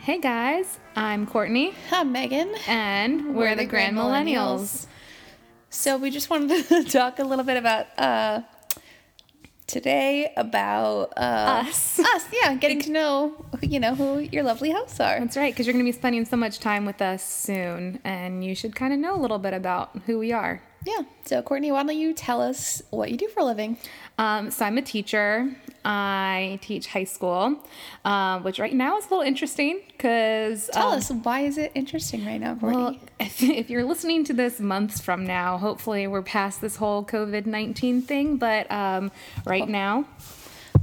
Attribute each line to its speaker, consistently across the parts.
Speaker 1: Hey guys, I'm Courtney,
Speaker 2: Hi, Megan.
Speaker 1: and we're, the, Grand Millennials.
Speaker 2: So we just wanted to talk a little bit about uh, today about uh,
Speaker 1: Us.
Speaker 2: us, yeah, getting to know you know who your lovely hosts are.
Speaker 1: That's right, because you're going to be spending so much time with us soon, and you should kind of know a little bit about who we are.
Speaker 2: Yeah. So Courtney, why don't you tell us what you do for a living?
Speaker 1: Um, so I'm a teacher. I teach high school, uh, which right now is a little interesting because
Speaker 2: Tell us why is it interesting right now, Courtney?
Speaker 1: Oh. Well, if, if you're listening to this months from now, hopefully we're past this whole COVID 19 thing. But um, right now,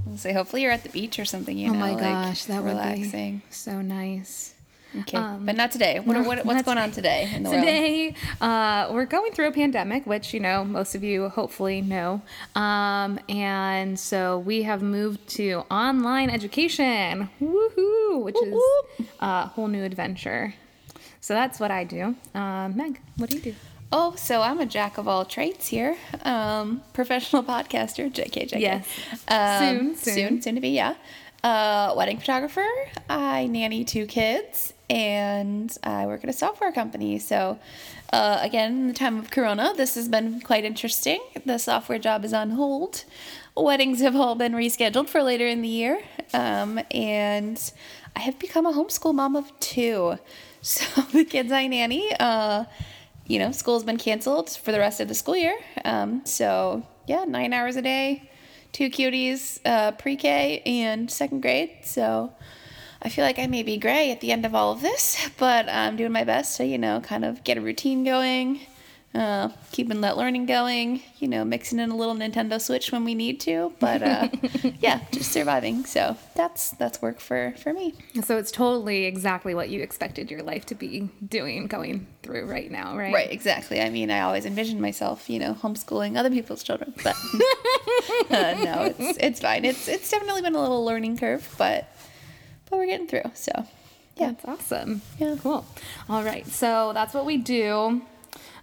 Speaker 2: Let's say hopefully you're at the beach or something.
Speaker 1: Oh
Speaker 2: You know, like, relaxing.
Speaker 1: so nice.
Speaker 2: Okay, but not today. What,
Speaker 1: um, no,
Speaker 2: what,
Speaker 1: not
Speaker 2: what's going on today in the world?
Speaker 1: Today, uh, we're going through a pandemic, which, you know, most of you hopefully know. Um, and so we have moved to online education, woohoo, which is a whole new adventure. So that's what I do. Uh, Meg, what do you do?
Speaker 2: Oh, so I'm a jack of all trades here. Um, professional podcaster, JK, JK.
Speaker 1: Yes.
Speaker 2: Um,
Speaker 1: Soon, soon.
Speaker 2: soon, soon to be, yeah. Uh, wedding photographer. I nanny two kids, and I work at a software company. So, uh, again, in the time of Corona, this has been quite interesting. The software job is on hold. Weddings have all been rescheduled for later in the year, um, and I have become a homeschool mom of two. So the kids I nanny. Uh, you know, school's been canceled for the rest of the school year. Um, so yeah, nine hours a day, two cuties, uh, pre-K and second grade. So I feel like I may be gray at the end of all of this, but I'm doing my best to you know kind of get a routine going, uh, keeping that learning going. You know, mixing in a little Nintendo Switch when we need to, but uh, yeah, just surviving. So that's that's work for for me.
Speaker 1: So it's totally exactly what you expected your life to be doing, going through right now, right?
Speaker 2: Right, exactly. I mean, I always envisioned myself, you know, homeschooling other people's children, but uh, no, it's it's fine. It's it's definitely been a little learning curve, but but we're getting through. So, yeah.
Speaker 1: That's awesome.
Speaker 2: Yeah.
Speaker 1: Cool. All right. So that's what we do.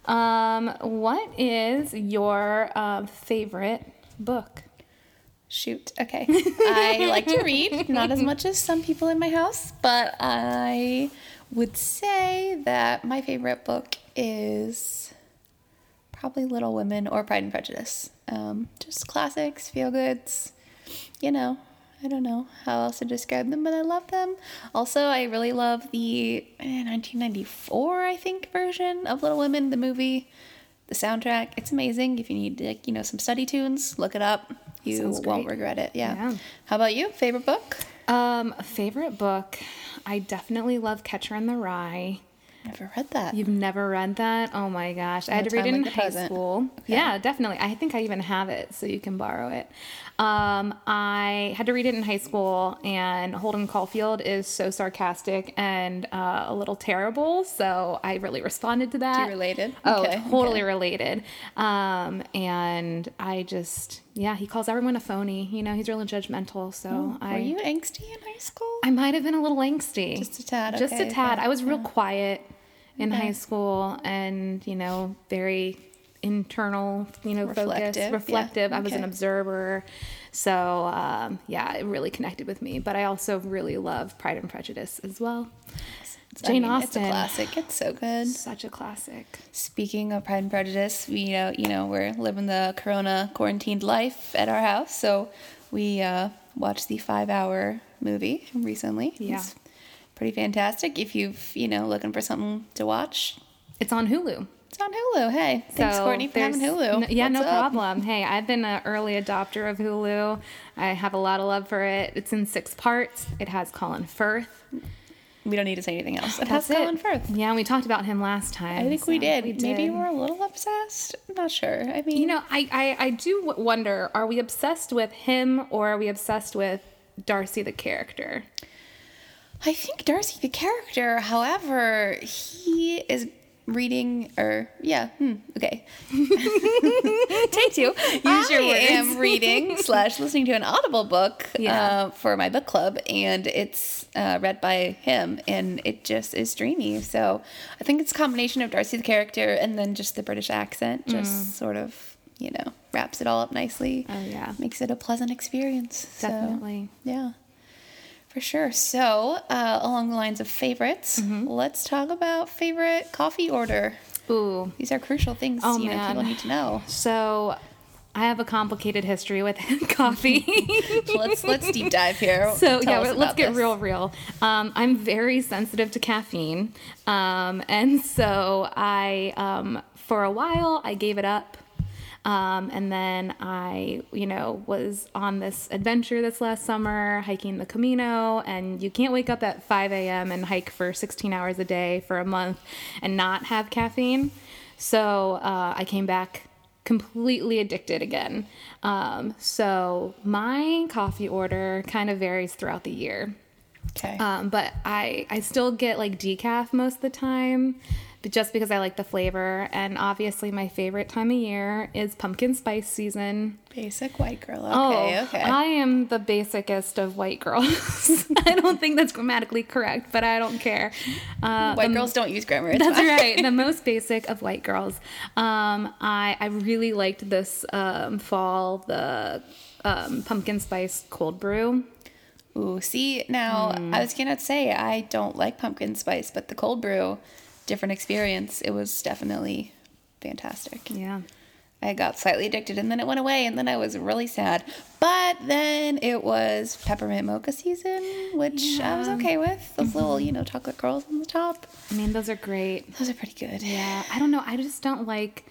Speaker 1: Um, what is your uh, favorite book?
Speaker 2: Shoot. Okay. I like to read, not as much as some people in my house, but I would say that my favorite book is probably Little Women or Pride and Prejudice. Um, just classics, feel goods, you know. I don't know how else to describe them, but I love them. Also, I really love the eh, 1994, I think, version of Little Women, the movie, the soundtrack. It's amazing. If you need, like, you know, some study tunes, look it up. You
Speaker 1: Sounds
Speaker 2: won't
Speaker 1: great.
Speaker 2: regret it. Yeah.
Speaker 1: Yeah.
Speaker 2: How about you? Favorite book?
Speaker 1: Um, favorite book? I definitely love Catcher in the Rye.
Speaker 2: Never read that.
Speaker 1: You've never read that? Oh my gosh. I had to
Speaker 2: No
Speaker 1: read it
Speaker 2: time
Speaker 1: in
Speaker 2: like the
Speaker 1: high
Speaker 2: present.
Speaker 1: school. Yeah, definitely. I think I even have it, so you can borrow it. Um, I had to read it in high school, and Holden Caulfield is so sarcastic and uh, a little terrible, so I really responded to that.
Speaker 2: related?
Speaker 1: Oh,
Speaker 2: Okay,
Speaker 1: totally
Speaker 2: okay.
Speaker 1: related. Um, and I just, yeah, he calls everyone a phony. You know, he's really judgmental, so I.
Speaker 2: Oh, Were you angsty in high school?
Speaker 1: I might have been a little angsty.
Speaker 2: Just a tad,
Speaker 1: Just a
Speaker 2: okay,
Speaker 1: tad.
Speaker 2: yeah,
Speaker 1: I was real quiet in high school and, you know, very internal, you know,
Speaker 2: Reflective, yeah,
Speaker 1: focused, reflective. I was an
Speaker 2: okay.
Speaker 1: observer. So, um, yeah, it really connected with me. But I also really love Pride and Prejudice as well.
Speaker 2: I
Speaker 1: Jane
Speaker 2: mean, It's a
Speaker 1: Austen.
Speaker 2: classic. It's so good.
Speaker 1: Such a classic.
Speaker 2: Speaking of Pride and Prejudice, we you know you know we're living the Corona quarantined life at our house, so we uh, watched the five-hour movie recently.
Speaker 1: Yeah.
Speaker 2: It's pretty fantastic. If you've you know looking for something to watch,
Speaker 1: It's on Hulu.
Speaker 2: it's on Hulu. Hey, thanks
Speaker 1: So
Speaker 2: Courtney for having
Speaker 1: there's-
Speaker 2: Hulu.
Speaker 1: no- yeah,
Speaker 2: What's
Speaker 1: no
Speaker 2: up?
Speaker 1: problem. Hey, I've been an early adopter of Hulu. I have a lot of love for it. It's in six parts. It has Colin Firth.
Speaker 2: We don't need to say anything else. It
Speaker 1: That's
Speaker 2: has Colin
Speaker 1: it.
Speaker 2: Firth.
Speaker 1: Yeah, we talked about him last time.
Speaker 2: I think we
Speaker 1: so
Speaker 2: did. Maybe
Speaker 1: did.
Speaker 2: we're a little obsessed. I'm not sure. I mean,
Speaker 1: You know, I, I I do w- wonder: Are we obsessed with him, or are we obsessed with Darcy the character?
Speaker 2: I think Darcy, the character, however, he is reading or yeah, hmm, okay. Take two. Use your
Speaker 1: I
Speaker 2: words. am
Speaker 1: am
Speaker 2: reading slash listening to an Audible book
Speaker 1: Yeah.
Speaker 2: uh, for my book club, and it's uh, read by him, and it just is dreamy. So I think it's a combination of Darcy the character and then just the British accent, just sort of you know wraps it all up nicely.
Speaker 1: Mm. Oh, yeah.
Speaker 2: makes it a pleasant experience. So,
Speaker 1: Definitely.
Speaker 2: yeah. For sure. So, uh, along the lines of favorites,
Speaker 1: Mm-hmm.
Speaker 2: let's talk about favorite coffee order.
Speaker 1: Ooh.
Speaker 2: These are crucial things
Speaker 1: Oh,
Speaker 2: you know
Speaker 1: man.
Speaker 2: people need to know.
Speaker 1: So I have a complicated history with coffee.
Speaker 2: let's let's deep dive here.
Speaker 1: So
Speaker 2: Tell us
Speaker 1: yeah, let's
Speaker 2: about
Speaker 1: get
Speaker 2: this.
Speaker 1: real, real. Um, I'm very sensitive to caffeine, um, and so I, um, for a while, I gave it up, um, and then I, you know, was on this adventure this last summer, hiking the Camino, and you can't wake up at 5 a.m. and hike for 16 hours a day for a month and not have caffeine. So uh, I came back completely addicted again. Um, so my coffee order kind of varies throughout the year,
Speaker 2: Okay.
Speaker 1: um, but I I still get like decaf most of the time, but just because I like the flavor. And obviously, my favorite time of year is pumpkin spice season.
Speaker 2: Basic white girl.
Speaker 1: Oh,
Speaker 2: Okay. okay.
Speaker 1: I am the basicest of white girls. I don't think that's grammatically correct, but I don't care. Uh,
Speaker 2: white girls don't use grammar. It's
Speaker 1: that's
Speaker 2: fine.
Speaker 1: right. The most basic of white girls. Um, I I really liked this um, fall the um, pumpkin spice cold brew.
Speaker 2: Ooh, see now
Speaker 1: Hmm.
Speaker 2: I was gonna say I don't like pumpkin spice, but the cold brew, different experience. It was definitely fantastic.
Speaker 1: Yeah.
Speaker 2: I got slightly addicted and then it went away and then I was really sad. But then it was peppermint mocha season, which I was okay with. Those
Speaker 1: Mm-hmm.
Speaker 2: little, you know, chocolate curls on the top.
Speaker 1: I mean, those are great.
Speaker 2: Those are pretty good.
Speaker 1: Yeah. I don't know. I just don't like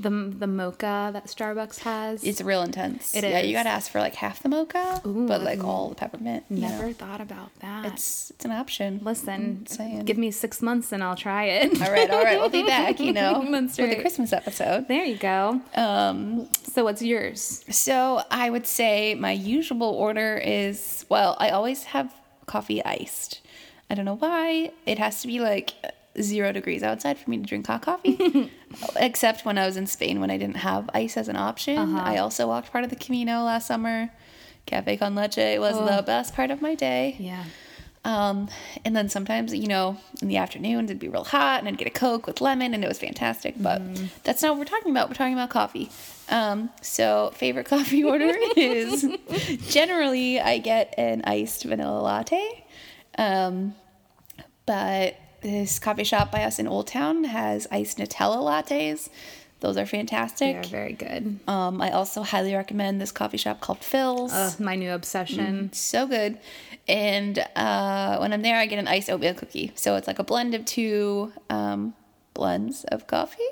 Speaker 1: the the mocha that Starbucks has.
Speaker 2: It's real intense.
Speaker 1: It
Speaker 2: Yeah, you
Speaker 1: is.
Speaker 2: gotta ask for like half the mocha, but like all the peppermint. you know.
Speaker 1: Never thought about that.
Speaker 2: It's it's an option.
Speaker 1: Listen,
Speaker 2: saying.
Speaker 1: give me six months and I'll try it.
Speaker 2: all right, all right, we'll be back, you know,
Speaker 1: That's
Speaker 2: with the
Speaker 1: right.
Speaker 2: Christmas episode.
Speaker 1: There you go.
Speaker 2: Um,
Speaker 1: So what's yours?
Speaker 2: So I would say my usual order is well, I always have coffee iced. I don't know why. It has to be like zero degrees outside for me to drink hot coffee. Except when I was in Spain when I didn't have ice as an option. I also walked part of the Camino last summer. Cafe con leche was the best part of my day.
Speaker 1: Yeah.
Speaker 2: Um, and then sometimes, you know, in the afternoons it'd be real hot and I'd get a Coke with lemon and it was fantastic. But
Speaker 1: Mm.
Speaker 2: that's not what we're talking about. We're talking about coffee. Um, so, favorite coffee order is generally I get an iced vanilla latte. Um, but this coffee shop by us in Old Town has iced Nutella lattes. Those are fantastic.
Speaker 1: They're very good.
Speaker 2: Um, I also highly recommend this coffee shop called Phil's
Speaker 1: Ugh, my new obsession.
Speaker 2: so good. And uh, when I'm there, I get an iced oatmeal cookie. So it's like a blend of two um, blends of coffee.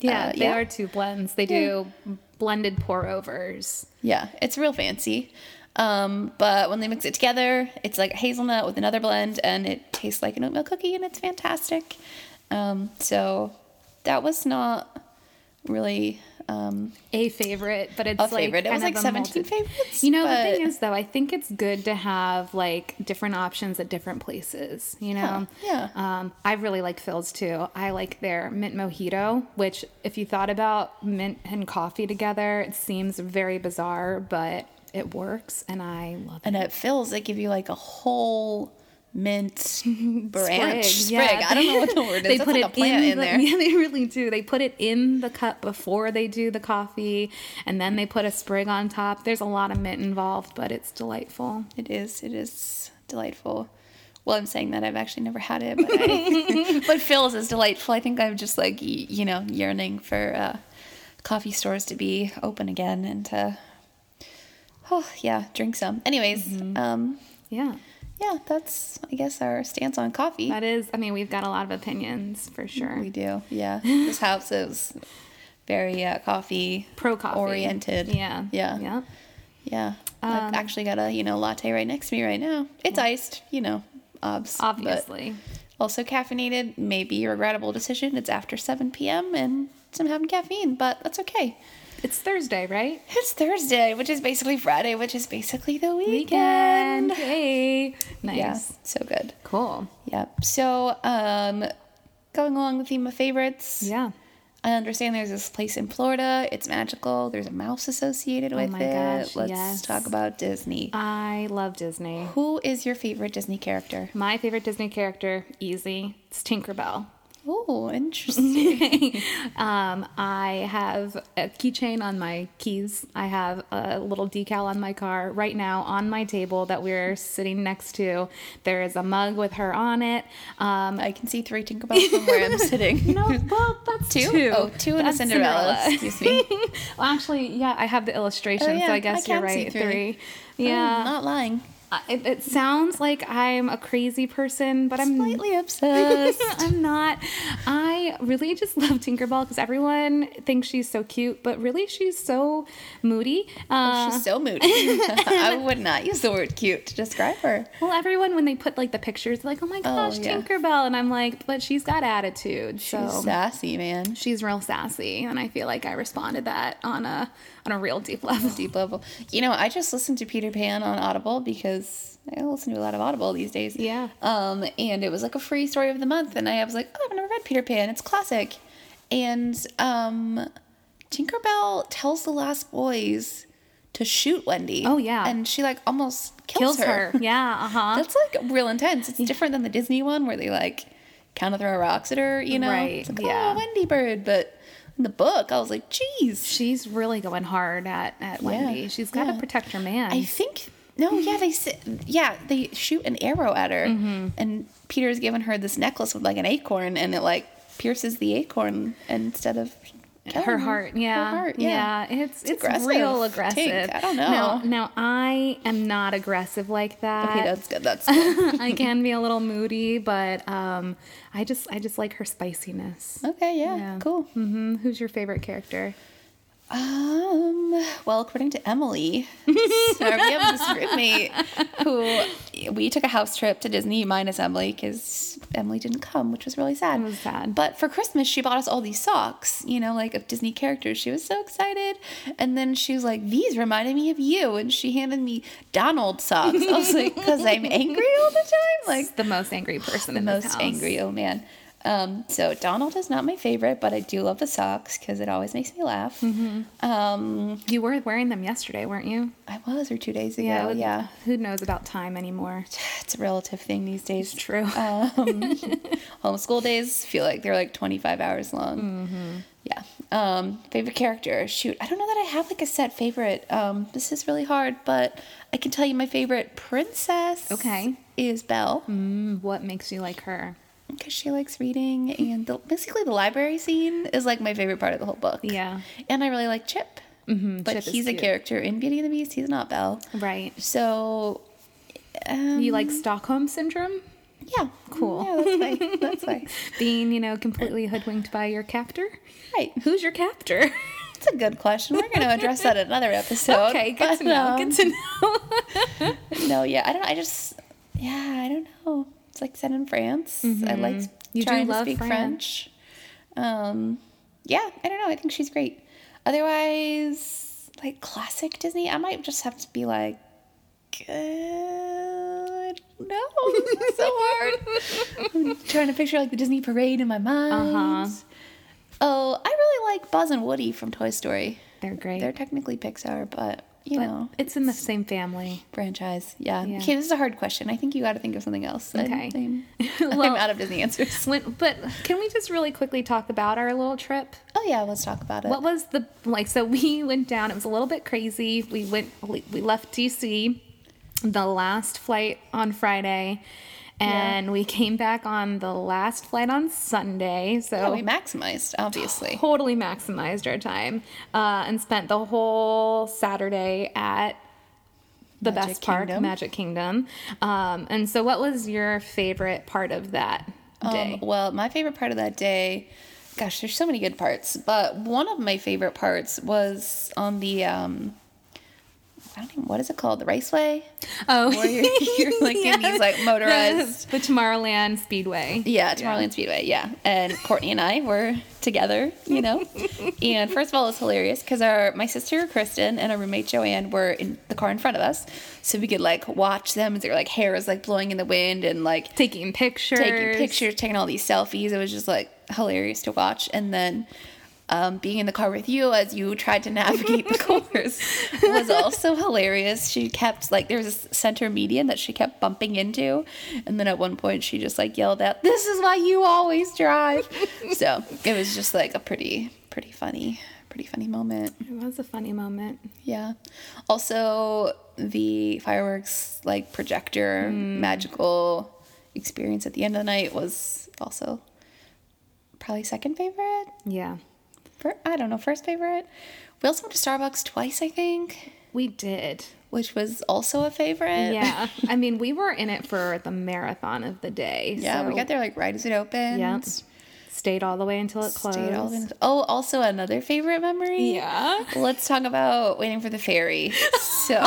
Speaker 1: Yeah,
Speaker 2: Uh,
Speaker 1: they are two blends. They do blended pour overs.
Speaker 2: Yeah, it's real fancy. Um, but when they mix it together, it's like a hazelnut with another blend, and it tastes like an oatmeal cookie, and it's fantastic. Um, so that was not really um,
Speaker 1: A favorite, but it's
Speaker 2: a
Speaker 1: like
Speaker 2: favorite. it was
Speaker 1: kind
Speaker 2: like
Speaker 1: of a
Speaker 2: 17
Speaker 1: multi-
Speaker 2: favorites.
Speaker 1: You know,
Speaker 2: but-
Speaker 1: the thing is, though, I think it's good to have like different options at different places. You know,
Speaker 2: Yeah,
Speaker 1: Um, I really like Phil's too. I like their mint mojito, which, if you thought about mint and coffee together, it seems very bizarre, but it works, and I love it.
Speaker 2: and at Phil's, they give you like a whole mint branch sprig.
Speaker 1: yeah.
Speaker 2: I don't know what the word is.
Speaker 1: they
Speaker 2: That's
Speaker 1: put
Speaker 2: like
Speaker 1: it
Speaker 2: a plant
Speaker 1: in,
Speaker 2: in,
Speaker 1: the-
Speaker 2: there.
Speaker 1: Yeah, they really do. They put it in the cup before they do the coffee, and then they put a sprig on top. There's a lot of mint involved, but it's delightful.
Speaker 2: It is. It is delightful. Well, I'm saying that I've actually never had it, but, I, but Phil's is delightful. I think I'm just like y- you know yearning for uh, coffee stores to be open again and to oh yeah, drink some. Anyways,
Speaker 1: Mm-hmm.
Speaker 2: um,
Speaker 1: Yeah,
Speaker 2: yeah, that's I guess our stance on coffee.
Speaker 1: that is. I mean, we've got a lot of opinions for sure.
Speaker 2: We do, yeah. This house is very uh, coffee
Speaker 1: Pro coffee
Speaker 2: oriented.
Speaker 1: Yeah,
Speaker 2: yeah, yeah.
Speaker 1: yeah. Um,
Speaker 2: I've actually got a you know latte right next to me right now. It's iced, you know, obs, but
Speaker 1: Obviously,
Speaker 2: also caffeinated. Maybe a regrettable decision. It's after seven p.m. and I'm having caffeine, but that's okay.
Speaker 1: it's Thursday, right?
Speaker 2: It's Thursday, which is basically Friday, which is basically the weekend.
Speaker 1: Weekend. Hey, nice,
Speaker 2: Yeah, so good.
Speaker 1: cool.
Speaker 2: Yep. So, um, going along the theme of favorites.
Speaker 1: Yeah.
Speaker 2: I understand there's this place in Florida. It's magical. There's a mouse associated with
Speaker 1: Oh my
Speaker 2: it.
Speaker 1: gosh,
Speaker 2: Let's
Speaker 1: yes. Uh,
Speaker 2: talk about Disney.
Speaker 1: I love Disney.
Speaker 2: Who is your favorite Disney character?
Speaker 1: My favorite Disney character, easy, it's Tinkerbell.
Speaker 2: Oh, interesting.
Speaker 1: um, I have a keychain on my keys. I have a little decal on my car right now on my table that we're sitting next to. There is a mug with her on it. Um,
Speaker 2: I can see three Tinkerbells from where I'm sitting.
Speaker 1: no, well, that's
Speaker 2: Two?
Speaker 1: two.
Speaker 2: Oh, two and a
Speaker 1: That's
Speaker 2: Cinderella. Excuse me.
Speaker 1: well, actually, yeah, I have the illustration,
Speaker 2: Oh, yeah,
Speaker 1: so I guess
Speaker 2: I
Speaker 1: you're
Speaker 2: can see Oh,
Speaker 1: right.
Speaker 2: three.
Speaker 1: Three.
Speaker 2: I'm
Speaker 1: Yeah.
Speaker 2: Hmm, not lying.
Speaker 1: I- It, it sounds like I'm a crazy person, but I'm
Speaker 2: Slightly obsessed.
Speaker 1: I'm not. I really just love Tinkerbell because everyone thinks she's so cute, but really she's so moody. Uh,
Speaker 2: Oh, She's so moody. I would not use the word cute to describe her.
Speaker 1: well, everyone, when they put like the pictures, they're like, oh my gosh,
Speaker 2: yeah.
Speaker 1: Tinkerbell. And I'm like, but she's got attitude. So.
Speaker 2: She's sassy, man.
Speaker 1: She's real sassy, and I feel like I responded that on a on a real deep level.
Speaker 2: Deep level. You know, I just listened to Peter Pan on Audible because I listen to a lot of Audible these days.
Speaker 1: Yeah.
Speaker 2: Um, and it was like a free story of the month, and I was like, oh, I've never read Peter Pan. It's classic. And um, Tinkerbell tells the Lost Boys to shoot Wendy.
Speaker 1: Oh, yeah.
Speaker 2: And she like almost kills,
Speaker 1: Kills her. Yeah. Uh huh.
Speaker 2: That's like real intense. It's different than the Disney one where they like kind of throw rocks at her, you know?
Speaker 1: Right,
Speaker 2: It's like,
Speaker 1: yeah.
Speaker 2: oh, Wendy Bird. But in the book, I was like, geez.
Speaker 1: She's really going hard at at Wendy. She's got to
Speaker 2: yeah.
Speaker 1: protect her man.
Speaker 2: I think, no, yeah, they, s- yeah, they shoot an arrow at her.
Speaker 1: Mm-hmm.
Speaker 2: And Peter's given her this necklace with like an acorn and it like pierces the acorn instead of killing
Speaker 1: her heart yeah
Speaker 2: Her heart, yeah.
Speaker 1: yeah. it's it's,
Speaker 2: aggressive.
Speaker 1: real aggressive
Speaker 2: Tink, I don't know.
Speaker 1: now, now i am not aggressive like
Speaker 2: Okay,
Speaker 1: that
Speaker 2: that's good. That's good.
Speaker 1: i can be a little moody but um i just i just like her spiciness
Speaker 2: okay, Oh, yeah,
Speaker 1: Yeah.
Speaker 2: cool.
Speaker 1: hmm who's your favorite character
Speaker 2: Um. Well, according to Emily, our this roommate, who we took a house trip to Disney minus Emily because Emily didn't come, which was really sad.
Speaker 1: It was sad.
Speaker 2: But for Christmas, she bought us all these socks, you know, like of Disney characters. She was so excited, and then she was like, "These reminded me of you," and she handed me Donald socks. I was like, "Cause I'm angry all the time." Like
Speaker 1: the most angry person in this
Speaker 2: most
Speaker 1: house.
Speaker 2: angry. Oh man. Um, so Donald is not my favorite, but I do love the socks because it always makes me laugh.
Speaker 1: Mm-hmm.
Speaker 2: Um,
Speaker 1: you were wearing them yesterday weren't you
Speaker 2: I was or two days ago. Yeah,
Speaker 1: it would- who knows about time anymore
Speaker 2: it's a relative thing these days.
Speaker 1: true
Speaker 2: Um, homeschool days feel like they're like twenty five hours long.
Speaker 1: Mm-hmm.
Speaker 2: Yeah. Um, favorite character? Shoot, I don't know that I have like a set favorite. Um, this is really hard, but I can tell you my favorite princess.
Speaker 1: Okay.
Speaker 2: Is Belle.
Speaker 1: Mm, what makes you like her
Speaker 2: because she likes reading and the, basically the library scene is like my favorite part of the whole book
Speaker 1: Yeah.
Speaker 2: and i really like chip mm-hmm, but
Speaker 1: Chip is
Speaker 2: he's a
Speaker 1: cute.
Speaker 2: character in beauty and the beast he's not belle
Speaker 1: right
Speaker 2: so um,
Speaker 1: you like stockholm syndrome
Speaker 2: yeah
Speaker 1: Cool.
Speaker 2: yeah that's why that's why
Speaker 1: being you know completely hoodwinked by your captor
Speaker 2: right
Speaker 1: Who's your captor?
Speaker 2: that's a good question we're going to address that in another episode
Speaker 1: okay, good to
Speaker 2: but,
Speaker 1: know.
Speaker 2: um,
Speaker 1: good to know.
Speaker 2: no yeah i don't know i just yeah i don't know it's like set in france i like s-
Speaker 1: Mm-hmm. You do
Speaker 2: trying to
Speaker 1: love
Speaker 2: speak french, um yeah i don't know i think she's great otherwise like classic disney i might just have to be like good no this is so hard i'm trying to picture like the disney parade in my mind
Speaker 1: Uh-huh.
Speaker 2: oh i really like buzz and woody from toy story
Speaker 1: They're great.
Speaker 2: they're technically pixar but you
Speaker 1: But
Speaker 2: know
Speaker 1: it's in the same family.
Speaker 2: franchise. Yeah.
Speaker 1: Yeah.
Speaker 2: Okay, this is a hard question. I think you got to think of something else. I'm-
Speaker 1: Okay.
Speaker 2: I'm, I'm
Speaker 1: Well-
Speaker 2: out of Disney answers.
Speaker 1: When, but can we just really quickly talk about our little trip?
Speaker 2: Oh yeah, let's talk about it.
Speaker 1: What was the like? So we went down. It was a little bit crazy. We went. We we left DC the last flight on Friday, and we came back on the last flight on Sunday. So
Speaker 2: yeah, we maximized, obviously.
Speaker 1: totally maximized our time uh, and spent the whole Saturday at the
Speaker 2: Magic
Speaker 1: best part,
Speaker 2: Kingdom.
Speaker 1: Magic Kingdom. Um, and so, what was your favorite part of that
Speaker 2: Um,
Speaker 1: day?
Speaker 2: well, my favorite part of that day, gosh, there's so many good parts, but one of my favorite parts was on the um, I don't even what is it called, the raceway.
Speaker 1: oh,
Speaker 2: Where you're, you're like in these like motorized
Speaker 1: the Tomorrowland Speedway.
Speaker 2: Yeah, Tomorrowland Speedway. Yeah, and Courtney and I were together, you know. and first of all, it's hilarious because our my sister Kristen and our roommate Joanne were in the car in front of us, so we could like watch them as their like hair is like blowing in the wind and like
Speaker 1: Taking pictures.
Speaker 2: taking pictures, taking all these selfies. It was just like hilarious to watch. And then um, being in the car with you as you tried to navigate the course was also hilarious. She kept like there was a center median that she kept bumping into, and then at one point she just like yelled out, "This is why you always drive." so it was just like a pretty pretty funny pretty funny moment.
Speaker 1: It was a funny moment.
Speaker 2: Yeah. Also the fireworks like projector
Speaker 1: Hmm.
Speaker 2: magical experience at the end of the night was also probably second favorite.
Speaker 1: Yeah.
Speaker 2: Fir- I don't know, first favorite. We also went to Starbucks twice, I think,
Speaker 1: We did.
Speaker 2: which was also a favorite.
Speaker 1: Yeah. I mean, we were in it for the marathon of the day.
Speaker 2: Yeah, we
Speaker 1: so-
Speaker 2: got there like right as it opened.
Speaker 1: Yep. Stayed all the way until it closed.
Speaker 2: Stayed all the- oh, also another favorite memory.
Speaker 1: Yeah.
Speaker 2: Let's talk about waiting for the ferry. So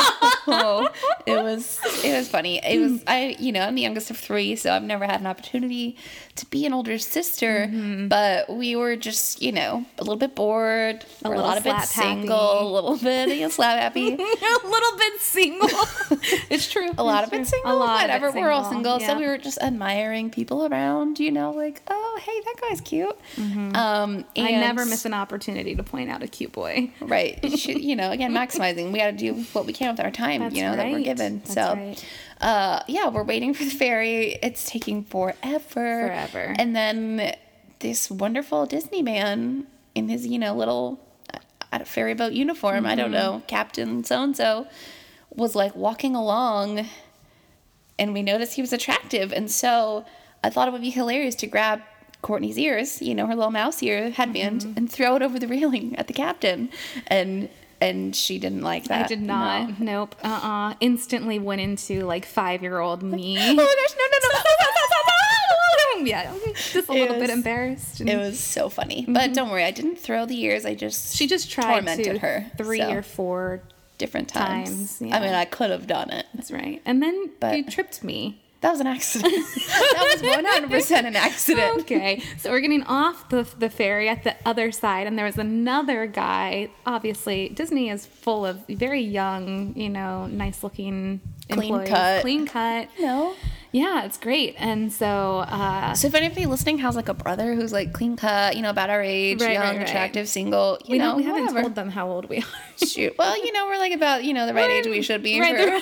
Speaker 2: it was it was funny. It was I you know I'm the youngest of three, so I've never had an opportunity to be an older sister. But we were just you know a little bit bored,
Speaker 1: Mm-hmm. A
Speaker 2: we're
Speaker 1: little
Speaker 2: lot of bit
Speaker 1: slap happy.
Speaker 2: single, a little bit yeah, slap happy.
Speaker 1: a little bit single. it's true.
Speaker 2: A lot of bit single,
Speaker 1: A lot
Speaker 2: whatever.
Speaker 1: Of it
Speaker 2: We're all single,
Speaker 1: Yeah.
Speaker 2: so we were just admiring people around. You know, like oh hey, that guy's cute. Um, and
Speaker 1: Mm-hmm. I never miss an opportunity to point out a cute boy.
Speaker 2: right you should- you know again maximizing we got to do what we can with our time
Speaker 1: That's
Speaker 2: you know that we're
Speaker 1: right.
Speaker 2: given
Speaker 1: That's
Speaker 2: so
Speaker 1: right.
Speaker 2: uh yeah we're waiting for the ferry it's taking forever
Speaker 1: Forever.
Speaker 2: and then this wonderful disney man in his you know little uh, uh, ferry boat uniform i
Speaker 1: Mm-hmm.
Speaker 2: don't know captain so and so was like walking along and we noticed he was attractive. And so I thought it would be hilarious to grab Courtney's ears, you know, her little mouse ear headband,
Speaker 1: Mm-hmm.
Speaker 2: and throw it over the railing at the captain. And and she didn't like that.
Speaker 1: I did
Speaker 2: No.
Speaker 1: not. Nope. Uh uh Instantly went into like five year old me.
Speaker 2: Oh my gosh! No, no, no!
Speaker 1: yeah. Just a
Speaker 2: It
Speaker 1: little
Speaker 2: was-
Speaker 1: bit embarrassed. and
Speaker 2: it was so funny, but don't worry, I didn't throw the ears. I just
Speaker 1: Mm-hmm. she just tried
Speaker 2: tormented
Speaker 1: to
Speaker 2: her,
Speaker 1: three
Speaker 2: so.
Speaker 1: or four.
Speaker 2: different times.
Speaker 1: times,
Speaker 2: I
Speaker 1: yeah.
Speaker 2: mean, I could have done it.
Speaker 1: That's right. And then
Speaker 2: But-
Speaker 1: you tripped me.
Speaker 2: That was an accident. that was one hundred percent an accident.
Speaker 1: Okay, so we're getting off the, the ferry at the other side, and there was another guy. Obviously, Disney is full of very young, you know, nice looking,
Speaker 2: Clean
Speaker 1: employees,
Speaker 2: cut.
Speaker 1: clean cut.
Speaker 2: No.
Speaker 1: Yeah, it's great. And so, uh,
Speaker 2: So if anybody listening has like a brother who's like clean cut, you know, about our age,
Speaker 1: Right,
Speaker 2: young,
Speaker 1: right, right.
Speaker 2: attractive, single, you
Speaker 1: we,
Speaker 2: know,
Speaker 1: know, we haven't
Speaker 2: whatever.
Speaker 1: told them how old we are.
Speaker 2: Shoot. Well, you know, we're like about you know the right age we should be.
Speaker 1: Right,
Speaker 2: for-
Speaker 1: the,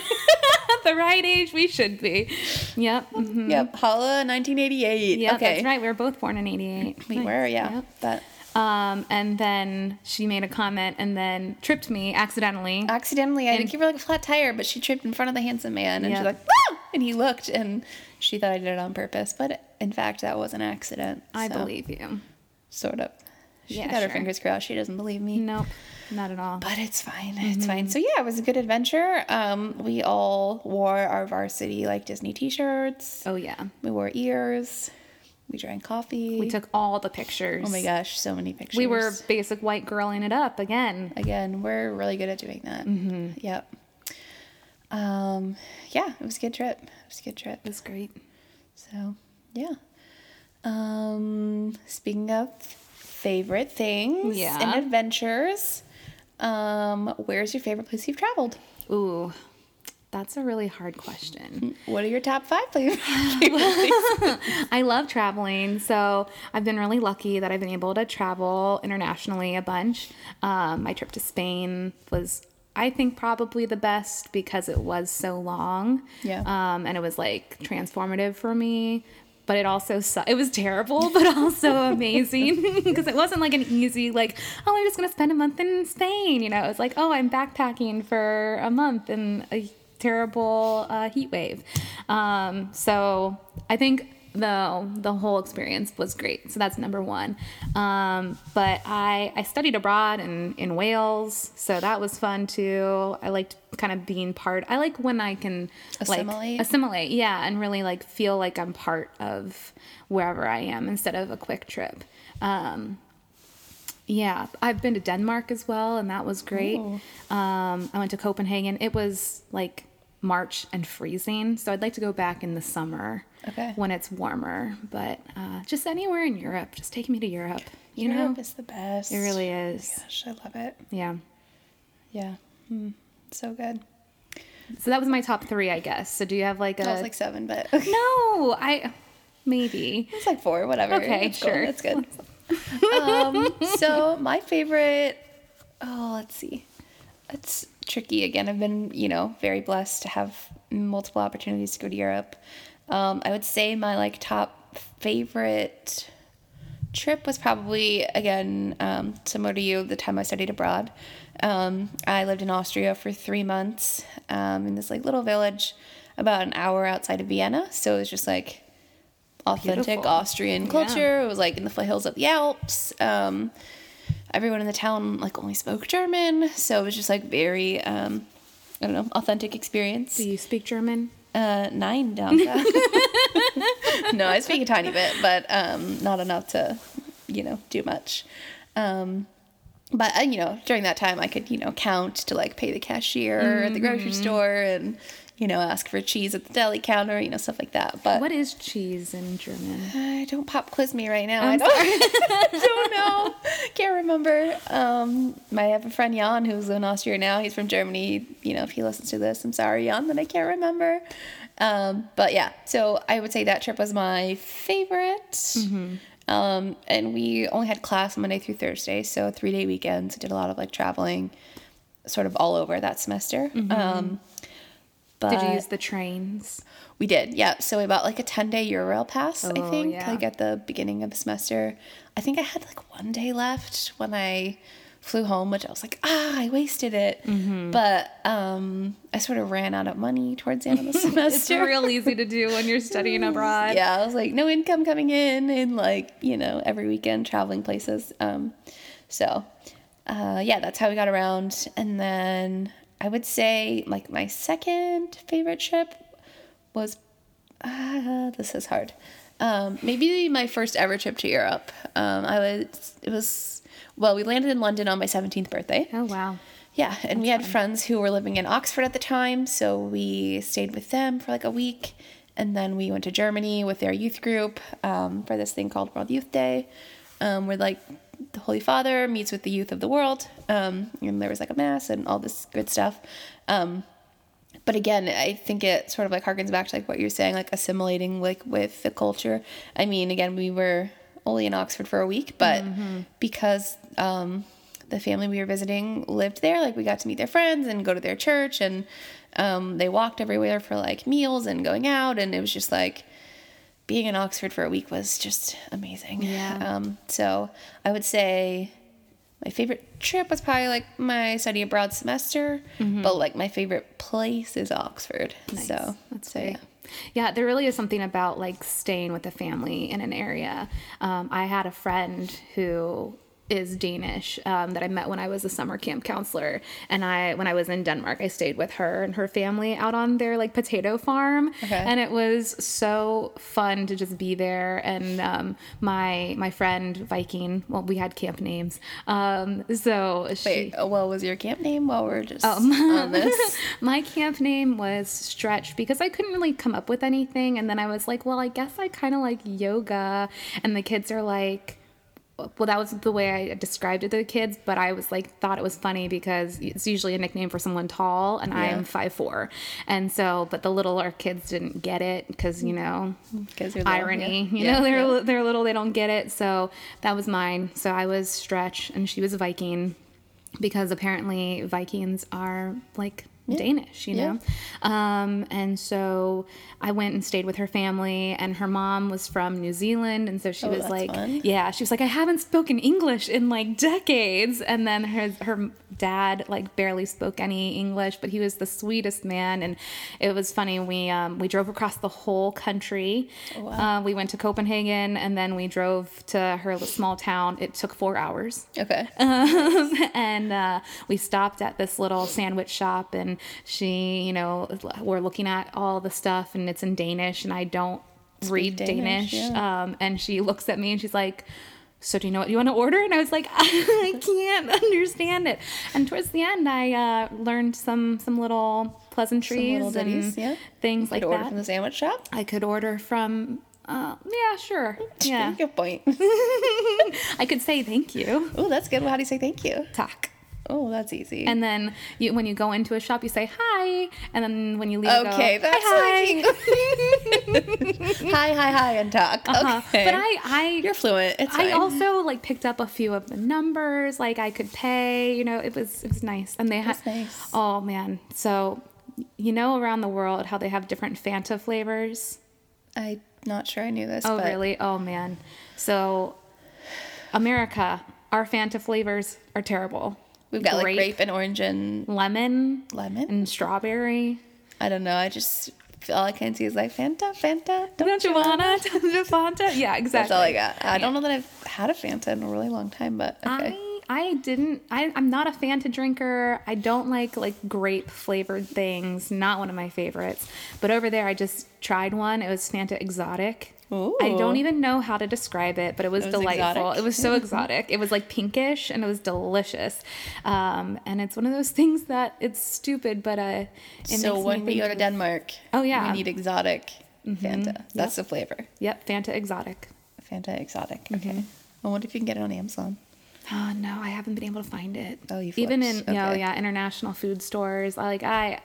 Speaker 1: the right age we should be. Yep. mhm.
Speaker 2: Yep. Holla, 1988.
Speaker 1: Yep,
Speaker 2: okay.
Speaker 1: that's right. We were both born in 88.
Speaker 2: We
Speaker 1: Nice.
Speaker 2: were, yeah.
Speaker 1: Yep.
Speaker 2: But
Speaker 1: Um, and then she made a comment and then tripped me accidentally.
Speaker 2: accidentally, I did give her like a flat tire, but she tripped in front of the handsome man, and
Speaker 1: Yeah.
Speaker 2: she's like, "Whoa!" and he looked, and she thought I did it on purpose, but in fact, that was an accident.
Speaker 1: I
Speaker 2: so,
Speaker 1: believe you.
Speaker 2: Sort of. She
Speaker 1: Yeah,
Speaker 2: got her
Speaker 1: sure.
Speaker 2: fingers crossed. She doesn't believe me.
Speaker 1: Nope, not at all.
Speaker 2: But it's fine. It's
Speaker 1: Mm-hmm.
Speaker 2: fine. So yeah, it was a good adventure. Um, we all wore our varsity like Disney T-shirts.
Speaker 1: Oh yeah,
Speaker 2: We wore ears. We drank coffee.
Speaker 1: we took all the pictures.
Speaker 2: oh my gosh, so many pictures.
Speaker 1: we were basic white girling it up again.
Speaker 2: again. We're really good at doing that. Mm-hmm. Yep. Um, yeah, it was a good trip. It was a good trip.
Speaker 1: It was great.
Speaker 2: So yeah. Um, speaking of favorite things
Speaker 1: Yeah.
Speaker 2: and adventures, um, where's your favorite place you've traveled?
Speaker 1: Ooh, that's a really hard question.
Speaker 2: What are your top five places?
Speaker 1: I love traveling, so I've been really lucky that I've been able to travel internationally a bunch. Um, my trip to Spain was. I think probably the best because it was so long.
Speaker 2: Yeah.
Speaker 1: Um, and it was like transformative for me, but it also su- it was terrible, but also amazing because it wasn't like an easy like oh I'm just gonna spend a month in Spain, you know. It was like oh I'm backpacking for a month in a terrible uh, heat wave. Um, so I think though the whole experience was great so that's number one um, but i i studied abroad in in wales so that was fun too i liked kind of being part i like when i can
Speaker 2: Assimilate?
Speaker 1: like assimilate yeah and really like feel like i'm part of wherever i am instead of a quick trip um, yeah i've been to denmark as well and that was great um, i went to copenhagen it was like march and freezing so i'd like to go back in the summer
Speaker 2: Okay.
Speaker 1: when it's warmer but uh, just anywhere in europe just take me to europe you
Speaker 2: Europe
Speaker 1: know
Speaker 2: is the best.
Speaker 1: it really is
Speaker 2: Gosh, I love it.
Speaker 1: yeah
Speaker 2: Yeah. Mm, so good.
Speaker 1: so that was my top three i guess so do you have like a
Speaker 2: That was like seven, but okay.
Speaker 1: no i maybe
Speaker 2: It's like four, whatever.
Speaker 1: Okay,
Speaker 2: That's cool.
Speaker 1: sure.
Speaker 2: That's good. um, so my favorite. Oh, let's see. It's tricky again. I've been, you know, very blessed to have multiple opportunities to go to Europe. Um, I would say my like top favorite trip was probably again um, similar to you the time i studied abroad um, i lived in austria for three months um, in this like little village about an hour outside of vienna so it was just like authentic
Speaker 1: Beautiful.
Speaker 2: austrian
Speaker 1: Yeah.
Speaker 2: culture it was like in the foothills of the alps um, everyone in the town like only spoke german so it was just like very um, i don't know authentic experience
Speaker 1: Do you speak German?
Speaker 2: uh, nine, Danka. no, I speak a tiny bit, but um, not enough to, you know, do much. Um, but uh, you know, during that time, I could you know count to like pay the cashier at the grocery store and you know ask for cheese at the deli counter, you know stuff like that. But
Speaker 1: What is cheese in German?
Speaker 2: I don't pop quiz me right now. I don't, don't know. Can't remember. Um, I have a friend Jan who's in Austria now. He's from Germany. You know, if he listens to this, I'm sorry, Jan, that I can't remember. Um, but yeah, so I would say that trip was my favorite.
Speaker 1: Mm-hmm.
Speaker 2: Um, and we only had class Monday through Thursday, so three day weekends. Did a lot of like traveling, sort of all over that semester. Um, but
Speaker 1: Mm-hmm. Did you use the trains?
Speaker 2: we did, yeah. So we bought like a 10 day Eurorail pass, I
Speaker 1: Oh,
Speaker 2: think,
Speaker 1: yeah.
Speaker 2: like at the beginning of the semester. I think I had like one day left when I flew home, which I was like, ah, I wasted it.
Speaker 1: Mm-hmm.
Speaker 2: But um, I sort of ran out of money towards the end of the
Speaker 1: It's
Speaker 2: semester.
Speaker 1: real easy to do when you're studying abroad.
Speaker 2: Yeah, I was like, no income coming in, and like, you know, every weekend traveling places. Um, so, uh, yeah, that's how we got around. And then I would say, like, my second favorite trip was uh, this is hard. Um, maybe my first ever trip to Europe. Um, I was, it was, well, we landed in London on my 17th birthday.
Speaker 1: Oh wow.
Speaker 2: Yeah, and we had friends who were living in Oxford at the time, so we stayed with them for like a week, and then we went to Germany with their youth group um, for this thing called World Youth Day, um, where like the Holy Father meets with the youth of the world, um, and there was like a mass and all this good stuff. Um, but again, I think it sort of like harkens back to like what you're saying, like assimilating like with the culture. I mean, again, we were only in Oxford for a week, but because um, the family we were visiting lived there, like we got to meet their friends and go to their church, and um, they walked everywhere for like meals and going out, and it was just like being in Oxford for a week was just amazing.
Speaker 1: Yeah.
Speaker 2: Um, so I would say my favorite trip was probably like my study abroad semester, but like my favorite place is Oxford.
Speaker 1: Mm-hmm. Nice.
Speaker 2: So
Speaker 1: that's
Speaker 2: so
Speaker 1: great.
Speaker 2: yeah.
Speaker 1: Yeah, there really is something about like staying with a family in an area. Um, I had a friend who is Danish um, that I met when I was a summer camp counselor, and I when I was in Denmark, I stayed with her and her family out on their like potato farm,
Speaker 2: Okay.
Speaker 1: and it was so fun to just be there. And um, my my friend Viking, well, we had camp names, um, so she.
Speaker 2: Wait, uh, what was your camp name? While we're just
Speaker 1: Um.
Speaker 2: on this,
Speaker 1: My camp name was Stretch because I couldn't really come up with anything. And then I was like, well, I guess I kind of like yoga. And the kids are like, well, that was the way I described it to the kids, but I was like, thought it was funny because it's usually a nickname for someone tall, and
Speaker 2: Yeah.
Speaker 1: I'm five four, and so, but the littler kids didn't get it because you know,
Speaker 2: 'Cause they're little,
Speaker 1: irony,
Speaker 2: yeah.
Speaker 1: you
Speaker 2: Yeah,
Speaker 1: know, they're
Speaker 2: yeah.
Speaker 1: li- they're little, they don't get it. So that was mine. So I was Stretch, and she was Viking, because apparently Vikings are like Danish, you
Speaker 2: Yeah.
Speaker 1: know. Um, and so I went and stayed with her family, and her mom was from New Zealand, and so she
Speaker 2: Oh,
Speaker 1: was
Speaker 2: that's
Speaker 1: like,
Speaker 2: fun.
Speaker 1: yeah, she was like, I haven't spoken English in like decades, and then her her dad like barely spoke any English, but he was the sweetest man, and it was funny. We um, we drove across the whole country.
Speaker 2: Oh,
Speaker 1: Uh, we went to Copenhagen, and then we drove to her little small town. It took four hours.
Speaker 2: okay.
Speaker 1: Um, and uh, we stopped at this little sandwich shop, and she, you know, we're looking at all the stuff, and it's in Danish, and I don't read
Speaker 2: Danish,
Speaker 1: Danish.
Speaker 2: yeah.
Speaker 1: um, and she looks at me and she's like, so do you know what you want to order? And I was like, I can't understand it. And towards the end, I uh, learned some some little pleasantries
Speaker 2: ditties,
Speaker 1: and
Speaker 2: yeah.
Speaker 1: things like
Speaker 2: Could order
Speaker 1: that.
Speaker 2: from the sandwich shop.
Speaker 1: I could order from. Uh, yeah, sure. Yeah,
Speaker 2: Good point.
Speaker 1: I could say thank you.
Speaker 2: Oh, that's good. Well, how do you say thank you?
Speaker 1: Talk.
Speaker 2: Oh, that's easy.
Speaker 1: And then you, when you go into a shop, you say hi, and then when you leave, you
Speaker 2: okay,
Speaker 1: go,
Speaker 2: that's
Speaker 1: hi. hi.
Speaker 2: like hi, hi, hi, and talk.
Speaker 1: Uh-huh.
Speaker 2: Okay,
Speaker 1: But I, I,
Speaker 2: you're fluent. It's
Speaker 1: I
Speaker 2: fine.
Speaker 1: also like picked up a few of the numbers. Like I could pay. You know, it was it was nice, and they had.
Speaker 2: That's nice.
Speaker 1: Oh man, so you know around the world how they have different Fanta flavors.
Speaker 2: I'm not sure I knew this.
Speaker 1: Oh
Speaker 2: but
Speaker 1: really? Oh man. So, America, our Fanta flavors are terrible.
Speaker 2: We've got like grape and orange and
Speaker 1: lemon,
Speaker 2: lemon.
Speaker 1: and strawberry.
Speaker 2: I don't know. I just all I can see is like Fanta, Fanta. Don't,
Speaker 1: Don't you wanna? Don't you Fanta? Yeah, exactly.
Speaker 2: That's all I got. I don't know that I've had a Fanta in a really long time, but okay.
Speaker 1: I I didn't. I, I'm not a Fanta drinker. I don't like like grape flavored things. Not one of my favorites. But over there, I just tried one. It was Fanta Exotic. I
Speaker 2: Ooh.
Speaker 1: don't even know how to describe it, but it was,
Speaker 2: was
Speaker 1: delightful.
Speaker 2: exotic.
Speaker 1: It was so exotic. It was like pinkish and it was delicious. Um, and it's one of those things that it's stupid, but uh, it
Speaker 2: so
Speaker 1: makes
Speaker 2: when
Speaker 1: me
Speaker 2: we
Speaker 1: think
Speaker 2: go to
Speaker 1: of-
Speaker 2: Denmark,
Speaker 1: Oh, yeah. Mm-hmm.
Speaker 2: we need exotic Fanta. That's the flavor.
Speaker 1: yep, Fanta Exotic.
Speaker 2: Fanta exotic.
Speaker 1: Mm-hmm.
Speaker 2: Okay. I wonder if you can get it on Amazon.
Speaker 1: Oh no, I haven't been able to find it.
Speaker 2: Oh, you
Speaker 1: even in
Speaker 2: flipped.
Speaker 1: you know,
Speaker 2: Okay.
Speaker 1: yeah international food stores. I like I
Speaker 2: You're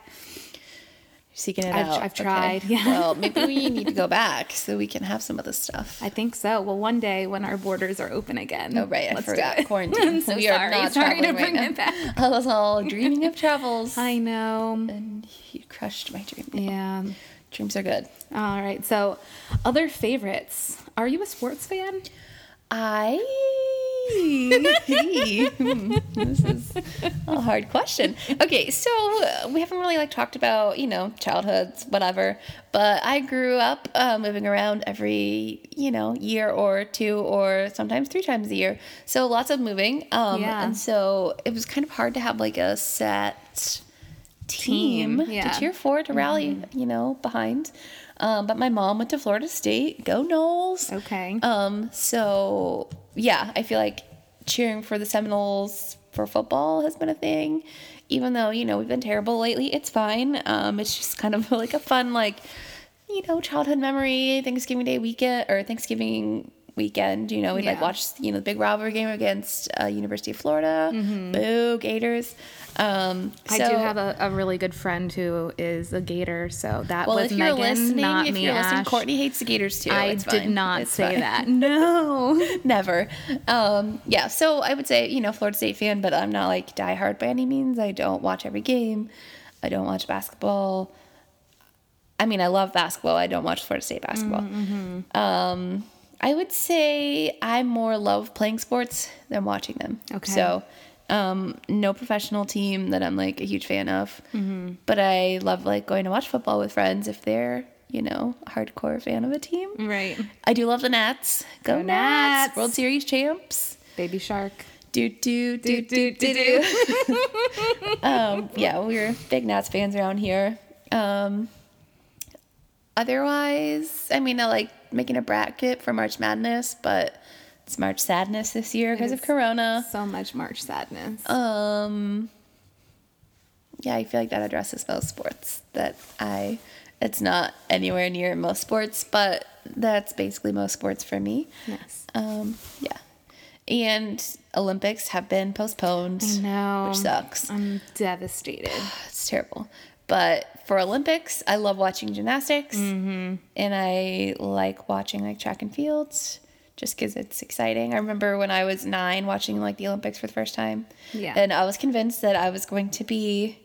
Speaker 2: seeking it
Speaker 1: I've-
Speaker 2: out.
Speaker 1: I've tried, yeah.
Speaker 2: Well, maybe we need to go back so we can have some of this stuff.
Speaker 1: I think so. Well, one day when our borders are open again.
Speaker 2: Oh, right. I
Speaker 1: let's do
Speaker 2: forgot.
Speaker 1: it.
Speaker 2: Quarantine.
Speaker 1: I'm so
Speaker 2: we
Speaker 1: sorry.
Speaker 2: are not
Speaker 1: sorry to
Speaker 2: traveling right
Speaker 1: bring
Speaker 2: now.
Speaker 1: it back.
Speaker 2: I was all dreaming of travels.
Speaker 1: I know.
Speaker 2: And you crushed my dream.
Speaker 1: Yeah.
Speaker 2: Dreams are good.
Speaker 1: All right. So, other favorites. Are you a sports fan?
Speaker 2: I. Hmm, this is a hard question. Okay, so uh, we haven't really like talked about you know childhoods, whatever. But I grew up uh, moving around every you know year or two or sometimes three times a year. So lots of moving. Um,
Speaker 1: Yeah.
Speaker 2: And so it was kind of hard to have like a set team,
Speaker 1: Team, yeah. Mm-hmm.
Speaker 2: to cheer for to rally you know behind. Um, but my mom went to Florida State. Go Knowles!
Speaker 1: Okay.
Speaker 2: Um, so yeah, I feel like cheering for the Seminoles for football has been a thing, even though you know we've been terrible lately. It's fine. Um, it's just kind of like a fun like, you know, childhood memory. Thanksgiving Day weekend or Thanksgiving weekend. You know, we would like
Speaker 1: Yeah.
Speaker 2: watch you know the big rivalry game against uh, University of Florida. Boo Gators. Um,
Speaker 1: Mm-hmm. I
Speaker 2: so-
Speaker 1: do have a, a really good friend who is a Gator, so that
Speaker 2: Well,
Speaker 1: was
Speaker 2: if you're
Speaker 1: Megan,
Speaker 2: listening,
Speaker 1: not
Speaker 2: if
Speaker 1: me.
Speaker 2: you're listening,
Speaker 1: Ash.
Speaker 2: Courtney hates the Gators too.
Speaker 1: I
Speaker 2: It's
Speaker 1: did
Speaker 2: fine.
Speaker 1: not
Speaker 2: It's
Speaker 1: say
Speaker 2: fine.
Speaker 1: that. No.
Speaker 2: Never. Um, yeah, so I would say, you know, Florida State fan, but I'm not like diehard by any means. I don't watch every game. I don't watch basketball. I mean, I love basketball. I don't watch Florida State basketball. Um, I would say I more love playing sports than watching them.
Speaker 1: Okay.
Speaker 2: So, um, no professional team that I'm like a huge fan of, but I love like going to watch football with friends if they're, you know, a hardcore fan of a team.
Speaker 1: Right.
Speaker 2: I do love the Nats. Go,
Speaker 1: Go
Speaker 2: Nats.
Speaker 1: Nats.
Speaker 2: World Series champs.
Speaker 1: Baby Shark.
Speaker 2: Do do do do do do. um, yeah, we're big Nats fans around here. Um, otherwise, I mean, I like making a bracket for March Madness, but it's March Sadness this year because of
Speaker 1: is.
Speaker 2: Corona.
Speaker 1: So much March sadness.
Speaker 2: Um, yeah, I feel like that addresses most sports. That I, it's not anywhere near most sports, but that's basically most sports for me.
Speaker 1: Yes.
Speaker 2: Um, yeah. And Olympics have been postponed.
Speaker 1: I know.
Speaker 2: Which sucks.
Speaker 1: I'm devastated.
Speaker 2: It's terrible. But for Olympics, I love watching gymnastics.
Speaker 1: Mm-hmm.
Speaker 2: And I like watching like track and fields just because it's exciting. I remember when I was nine watching like the Olympics for the first time.
Speaker 1: Yeah.
Speaker 2: And I was convinced that I was going to be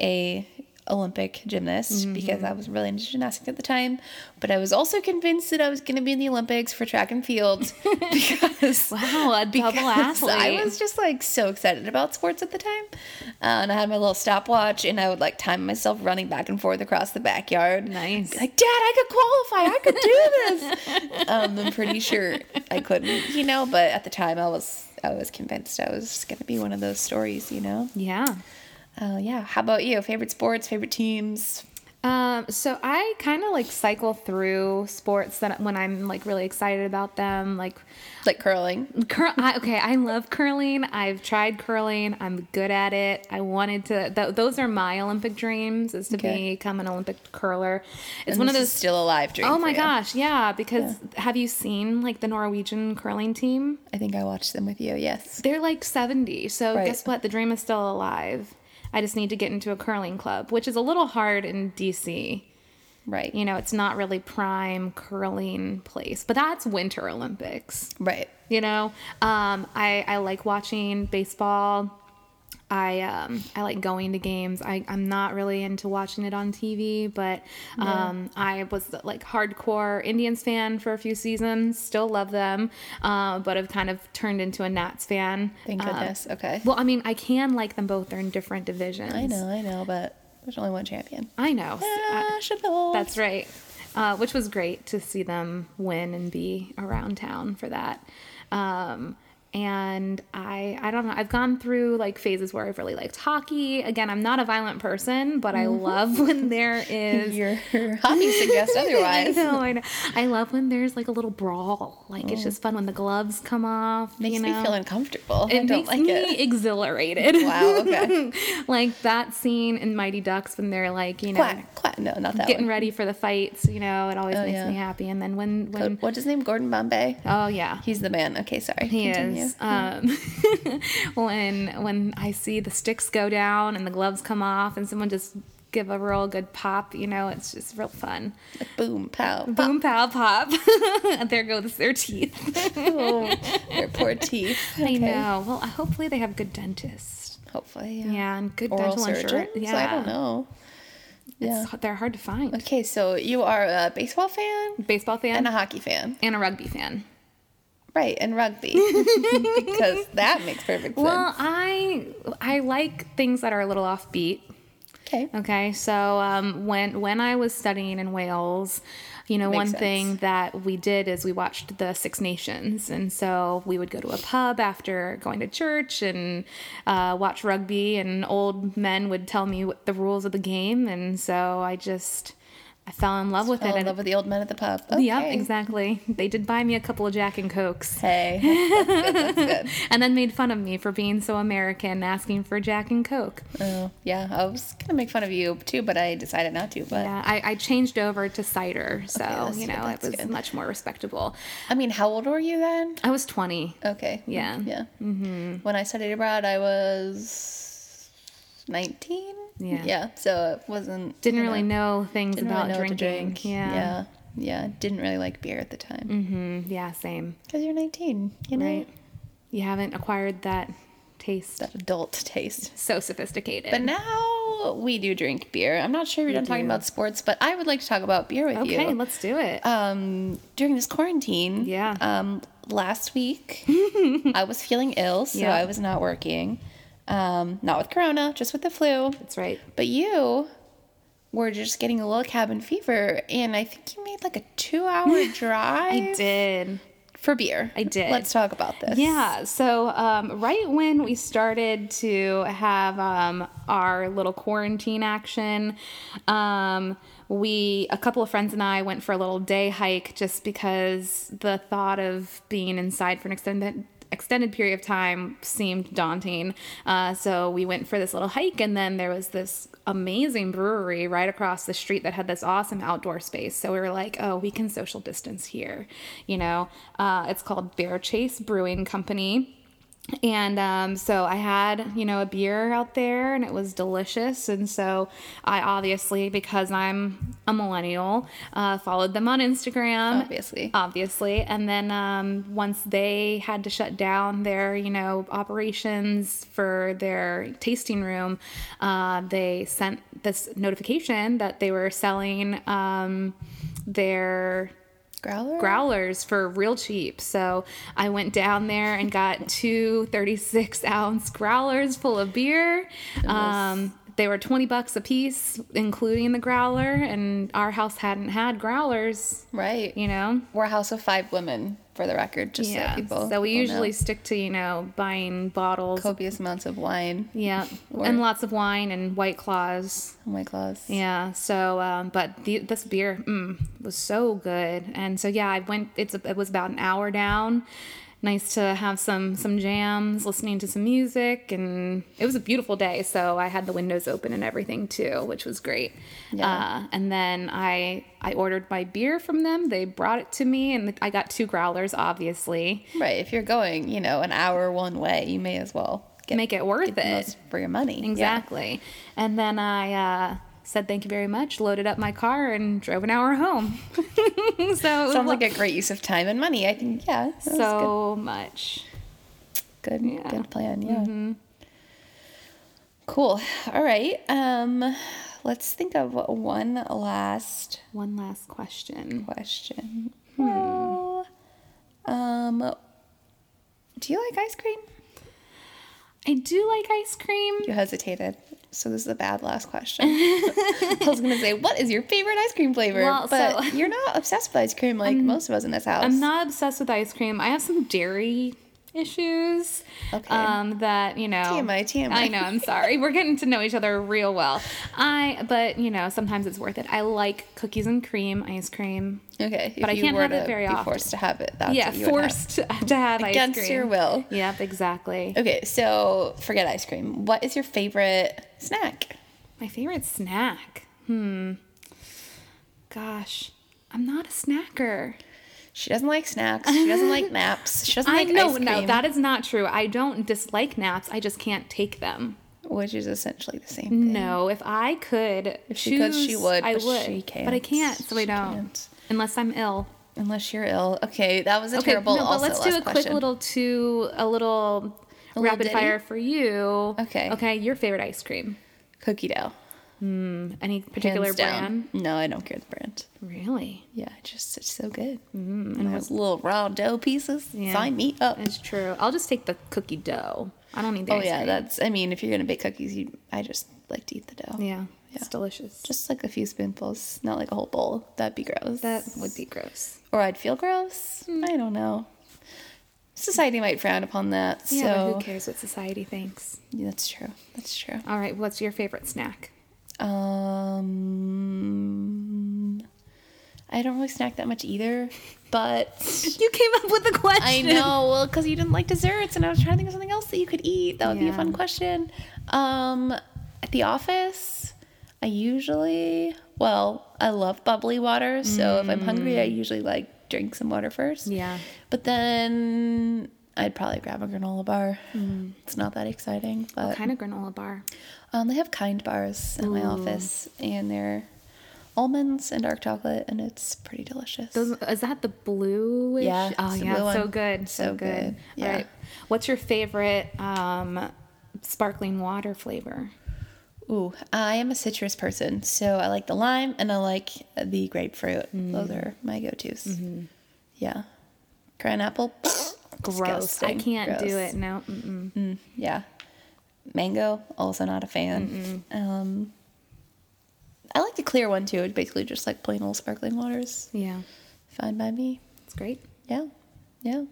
Speaker 2: a Olympic gymnast
Speaker 1: Mm-hmm.
Speaker 2: because I was really into gymnastics at the time. But I was also convinced that I was going to be in the Olympics for track and field because
Speaker 1: Wow, a double
Speaker 2: because
Speaker 1: athlete.
Speaker 2: I was just like so excited about sports at the time. Uh, and I had my little stopwatch and I would like time myself running back and forth across the backyard.
Speaker 1: Nice.
Speaker 2: Be Like, Dad, I could qualify. I could do this. um, I'm pretty sure I couldn't, you know, but at the time I was. I was convinced I was going to be one of those stories, you know?
Speaker 1: Yeah.
Speaker 2: Uh, yeah. How about you? Favorite sports, favorite teams?
Speaker 1: Um, so I kind of like cycle through sports that when I'm like really excited about them, like
Speaker 2: Like curling.
Speaker 1: curl. I, okay, I love curling. I've tried curling. I'm good at it. I wanted to. Th- those are my Olympic dreams: is to
Speaker 2: Okay.
Speaker 1: become an Olympic curler. It's
Speaker 2: And
Speaker 1: one of
Speaker 2: this is
Speaker 1: those.
Speaker 2: still alive dream.
Speaker 1: oh
Speaker 2: for
Speaker 1: my
Speaker 2: you.
Speaker 1: gosh! Yeah, because have you seen like the Norwegian curling team?
Speaker 2: I think I watched them with you. Yes.
Speaker 1: They're like 70. So
Speaker 2: Right.
Speaker 1: guess what? The dream is still alive. I just need to get into a curling club, which is a little hard in DC.
Speaker 2: Right.
Speaker 1: You know, it's not really prime curling place, but that's Winter Olympics.
Speaker 2: Right.
Speaker 1: You know, um, I, I like watching baseball. I um, I like going to games. I, I'm not really into watching it on TV, but um, I was like hardcore Indians fan for a few seasons. Still love them, uh, but I've kind of turned into a Nats fan.
Speaker 2: Thank
Speaker 1: Um,
Speaker 2: goodness. okay.
Speaker 1: well, I mean, I can like them both. They're in different divisions.
Speaker 2: I know, Ah. I know, but there's only one champion.
Speaker 1: I know. So I-
Speaker 2: National.
Speaker 1: that's right. Uh, which was great to see them win and be around town for that. Um, and I, I don't know. I've gone through like phases where I've really liked hockey. Again, I'm not a violent person, but I
Speaker 2: Mm-hmm.
Speaker 1: love when there is.
Speaker 2: your hobby suggests
Speaker 1: I
Speaker 2: otherwise.
Speaker 1: know, I know. I love when there's like a little brawl. Like it's just fun when the gloves come off.
Speaker 2: Oh. Makes
Speaker 1: you know?
Speaker 2: me feel uncomfortable. I
Speaker 1: It
Speaker 2: don't
Speaker 1: makes
Speaker 2: like
Speaker 1: me
Speaker 2: it.
Speaker 1: exhilarated.
Speaker 2: Wow, okay.
Speaker 1: like that scene in Mighty Ducks when they're like, you know,
Speaker 2: Quack, quack. No, not that
Speaker 1: getting
Speaker 2: one.
Speaker 1: ready for the fights. You know, it always
Speaker 2: Oh,
Speaker 1: makes
Speaker 2: yeah.
Speaker 1: me happy. And then when when
Speaker 2: What's his name? Gordon Bombay.
Speaker 1: oh yeah.
Speaker 2: He's the man. Okay, sorry.
Speaker 1: He
Speaker 2: Continue.
Speaker 1: is. Um, when when I see the sticks go down and the gloves come off and someone just give a real good pop, you know, it's just real fun.
Speaker 2: Like, boom, pow. pow.
Speaker 1: Boom, pow, pop. there goes their teeth.
Speaker 2: Their poor teeth.
Speaker 1: I
Speaker 2: Okay.
Speaker 1: know. Well, hopefully they have good dentists.
Speaker 2: Hopefully, yeah.
Speaker 1: Yeah, and good
Speaker 2: Oral
Speaker 1: dental
Speaker 2: surgeon.
Speaker 1: insurance.
Speaker 2: Yeah. I don't know. Yeah.
Speaker 1: It's, they're hard to find.
Speaker 2: Okay, so you are a baseball fan
Speaker 1: Baseball fan
Speaker 2: and a hockey fan,
Speaker 1: rugby fan.
Speaker 2: right? And rugby because that makes perfect sense.
Speaker 1: Well, I I like things that are a little offbeat.
Speaker 2: okay.
Speaker 1: Okay, so um, when when I was studying in Wales, you know,
Speaker 2: Makes
Speaker 1: one
Speaker 2: sense.
Speaker 1: thing that we did is we watched the Six Nations, and so we would go to a pub after going to church and uh, watch rugby, and old men would tell me what the rules of the game, and so I just I fell in love with
Speaker 2: Fell
Speaker 1: it.
Speaker 2: in
Speaker 1: and-
Speaker 2: love with the old men at the pub. Okay.
Speaker 1: Yep, exactly. They did buy me a couple of Jack and Cokes.
Speaker 2: Hey,
Speaker 1: and then made fun of me for being so American, asking for Jack and Coke.
Speaker 2: oh, yeah, I was gonna make fun of you too, but I decided not to. But
Speaker 1: Yeah, I, I changed over to cider, so
Speaker 2: that's
Speaker 1: you
Speaker 2: good,
Speaker 1: know it
Speaker 2: that's
Speaker 1: was
Speaker 2: good.
Speaker 1: much more respectable.
Speaker 2: I mean, how old were you then?
Speaker 1: I was twenty.
Speaker 2: Okay.
Speaker 1: Yeah.
Speaker 2: Yeah. Mm-hmm. When I studied abroad, I was nineteen.
Speaker 1: Yeah.
Speaker 2: Yeah. So it wasn't.
Speaker 1: Didn't
Speaker 2: you
Speaker 1: really
Speaker 2: know,
Speaker 1: know things
Speaker 2: didn't
Speaker 1: about
Speaker 2: really know what to
Speaker 1: drinking.
Speaker 2: drink.
Speaker 1: Yeah.
Speaker 2: Yeah. Yeah. Didn't really like beer at the time.
Speaker 1: Mm, yeah, same.
Speaker 2: Because you're 19, you know?
Speaker 1: Right. You haven't acquired that taste.
Speaker 2: That adult taste.
Speaker 1: So sophisticated.
Speaker 2: But now we do drink beer. I'm not sure we're done talking about sports, but I would like to talk about beer with you.
Speaker 1: okay, let's do it.
Speaker 2: um, during this quarantine,
Speaker 1: Yeah.
Speaker 2: um, last week I was feeling ill, so
Speaker 1: Yeah.
Speaker 2: I was not working. Um, not with corona, just with the flu.
Speaker 1: That's right.
Speaker 2: But you were just getting a little cabin fever, and I think you made like a two-hour drive
Speaker 1: I did.
Speaker 2: for beer.
Speaker 1: I did.
Speaker 2: Let's talk about this.
Speaker 1: Yeah. So um, right when we started to have um, our little quarantine action, um, we a couple of friends and I went for a little day hike just because the thought of being inside for an extended extended period of time seemed daunting. Uh, so we went for this little hike, and then there was this amazing brewery right across the street that had this awesome outdoor space. So we were like, oh, we can social distance here. You know, uh, it's called Bear Chase Brewing Company. And um, so I had, you know, a beer out there and it was delicious. And so I obviously, because I'm a millennial, uh, followed them on Instagram
Speaker 2: Obviously.
Speaker 1: obviously. And then um, once they had to shut down their, you know, operations for their tasting room, uh, they sent this notification that they were selling um, their
Speaker 2: Growler?
Speaker 1: growlers for real cheap. So I went down there and got two 36 ounce growlers full of beer. Um, They were 20 bucks a piece, including the growler, and our house hadn't had growlers,
Speaker 2: Right.
Speaker 1: you know?
Speaker 2: We're a house of five women, for the record, just
Speaker 1: Yeah.
Speaker 2: so people.
Speaker 1: so we
Speaker 2: will know.
Speaker 1: usually stick to, you know, buying bottles.
Speaker 2: copious amounts of wine,
Speaker 1: yeah.
Speaker 2: Or-
Speaker 1: And lots of wine and white claws.
Speaker 2: and white claws.
Speaker 1: Yeah. So, um, but the, this beer mm, was so good, and so yeah, I went. It's it was about an hour down. Nice to have some some jams, listening to some music, and it was a beautiful day. So I had the windows open and everything too, which was great.
Speaker 2: Yeah.
Speaker 1: Uh, and then I I ordered my beer from them. They brought it to me, and I got two growlers. Obviously,
Speaker 2: Right. If you're going, you know, an hour one way, you may as well get,
Speaker 1: make it worth
Speaker 2: get the
Speaker 1: it.
Speaker 2: most for your money. Yeah.
Speaker 1: Exactly. And then I uh, said thank you very much, loaded up my car, and drove an hour home. so it was
Speaker 2: Sounds
Speaker 1: lo-
Speaker 2: like a great use of time and money. I think, yeah. that was
Speaker 1: so much.
Speaker 2: good, good,
Speaker 1: yeah. Mm-hmm.
Speaker 2: good plan. Yeah. Cool. All right. Um, let's think of one last
Speaker 1: One last question.
Speaker 2: question.
Speaker 1: Hmm.
Speaker 2: Well, um, do you like ice cream?
Speaker 1: I do like ice cream.
Speaker 2: You hesitated. So this is a bad last question. I was gonna say, what is your favorite ice cream flavor?
Speaker 1: Well,
Speaker 2: but
Speaker 1: so-
Speaker 2: you're not obsessed with ice cream like most of us in this house.
Speaker 1: I'm not obsessed with ice cream. I have some dairy issues.
Speaker 2: Okay.
Speaker 1: Um, that you know.
Speaker 2: TMI, TMI.
Speaker 1: I know. I'm sorry. We're getting to know each other real well. I but you know sometimes it's worth it. I like cookies and cream ice cream.
Speaker 2: Okay,
Speaker 1: But I can't have it very
Speaker 2: be
Speaker 1: often.
Speaker 2: Forced to have it. That's
Speaker 1: yeah,
Speaker 2: what you would have.
Speaker 1: forced to have ice cream
Speaker 2: against your will.
Speaker 1: Yep, exactly.
Speaker 2: Okay, so forget ice cream. What is your favorite snack?
Speaker 1: My favorite snack. Hmm. Gosh, I'm not a snacker.
Speaker 2: She doesn't like snacks. She doesn't like naps. She doesn't
Speaker 1: I
Speaker 2: like ice
Speaker 1: know,
Speaker 2: cream.
Speaker 1: no, that is not true. I don't dislike naps. I just can't take them.
Speaker 2: which is essentially the same. thing.
Speaker 1: No, if I could
Speaker 2: Mm. If
Speaker 1: choose,
Speaker 2: she could, she would,
Speaker 1: I
Speaker 2: but
Speaker 1: would.
Speaker 2: she
Speaker 1: But I
Speaker 2: can't.
Speaker 1: can't, so I
Speaker 2: She
Speaker 1: don't.
Speaker 2: can't.
Speaker 1: Unless I'm ill.
Speaker 2: Unless you're ill. Okay, that was a terrible.
Speaker 1: no, but
Speaker 2: also
Speaker 1: let's do
Speaker 2: last
Speaker 1: a quick
Speaker 2: question.
Speaker 1: little two, a little
Speaker 2: A little
Speaker 1: rapid
Speaker 2: ditty?
Speaker 1: fire for you.
Speaker 2: Okay.
Speaker 1: Okay, your favorite ice cream.
Speaker 2: cookie dough.
Speaker 1: Any particular
Speaker 2: hands
Speaker 1: brand?
Speaker 2: down. No, I don't care the brand.
Speaker 1: Really?
Speaker 2: Yeah, it just it's so good. Mm, and those little raw dough pieces.
Speaker 1: Mm-hmm. Yeah.
Speaker 2: Sign me up.
Speaker 1: That's true. I'll just take the cookie dough. I don't need the
Speaker 2: Oh
Speaker 1: ice
Speaker 2: yeah,
Speaker 1: cream.
Speaker 2: that's. I mean, if you're gonna bake cookies, you, I just like to eat the dough.
Speaker 1: Yeah, it's delicious.
Speaker 2: Just like a few spoonfuls, not like a whole bowl. That'd be gross.
Speaker 1: that Hmm. would be gross.
Speaker 2: or I'd feel gross. I don't know. Society might frown upon that.
Speaker 1: Yeah,
Speaker 2: so
Speaker 1: but who cares what society thinks?
Speaker 2: Yeah, that's true. That's true.
Speaker 1: All right, what's your favorite snack?
Speaker 2: Um, I don't really snack that much either, but
Speaker 1: You came up with a question.
Speaker 2: I know. Well, because you didn't like desserts, and I was trying to think of something else that you could eat. That would be a
Speaker 1: Yeah.
Speaker 2: fun question. Um, at the office, I usually well, I love bubbly water, so if I'm hungry, I usually like drink some water first.
Speaker 1: Mm. Yeah.
Speaker 2: But then I'd probably grab a granola bar.
Speaker 1: Mm.
Speaker 2: It's not that exciting, but
Speaker 1: Kind of granola bar.
Speaker 2: um, they have kind bars in my office, and they're almonds and dark chocolate, and it's pretty delicious.
Speaker 1: Those, is that the bluish?
Speaker 2: Yeah,
Speaker 1: Oh
Speaker 2: it's the
Speaker 1: yeah,
Speaker 2: blue
Speaker 1: so
Speaker 2: one.
Speaker 1: good, so,
Speaker 2: So
Speaker 1: good.
Speaker 2: good, yeah.
Speaker 1: All right. What's your favorite um, sparkling water flavor?
Speaker 2: Ooh, I am a citrus person, so I like the lime and I like the grapefruit.
Speaker 1: Mm.
Speaker 2: Those are my go-tos. Yeah, pineapple.
Speaker 1: Mm-hmm. Gross. I
Speaker 2: disgusting,
Speaker 1: can't do
Speaker 2: gross.
Speaker 1: it. No. Mm-mm.
Speaker 2: Yeah, mango. Also not a fan. Um, I like the clear one too. It's basically just like plain old sparkling waters.
Speaker 1: Yeah,
Speaker 2: Fine by me.
Speaker 1: it's great.
Speaker 2: Yeah, yeah.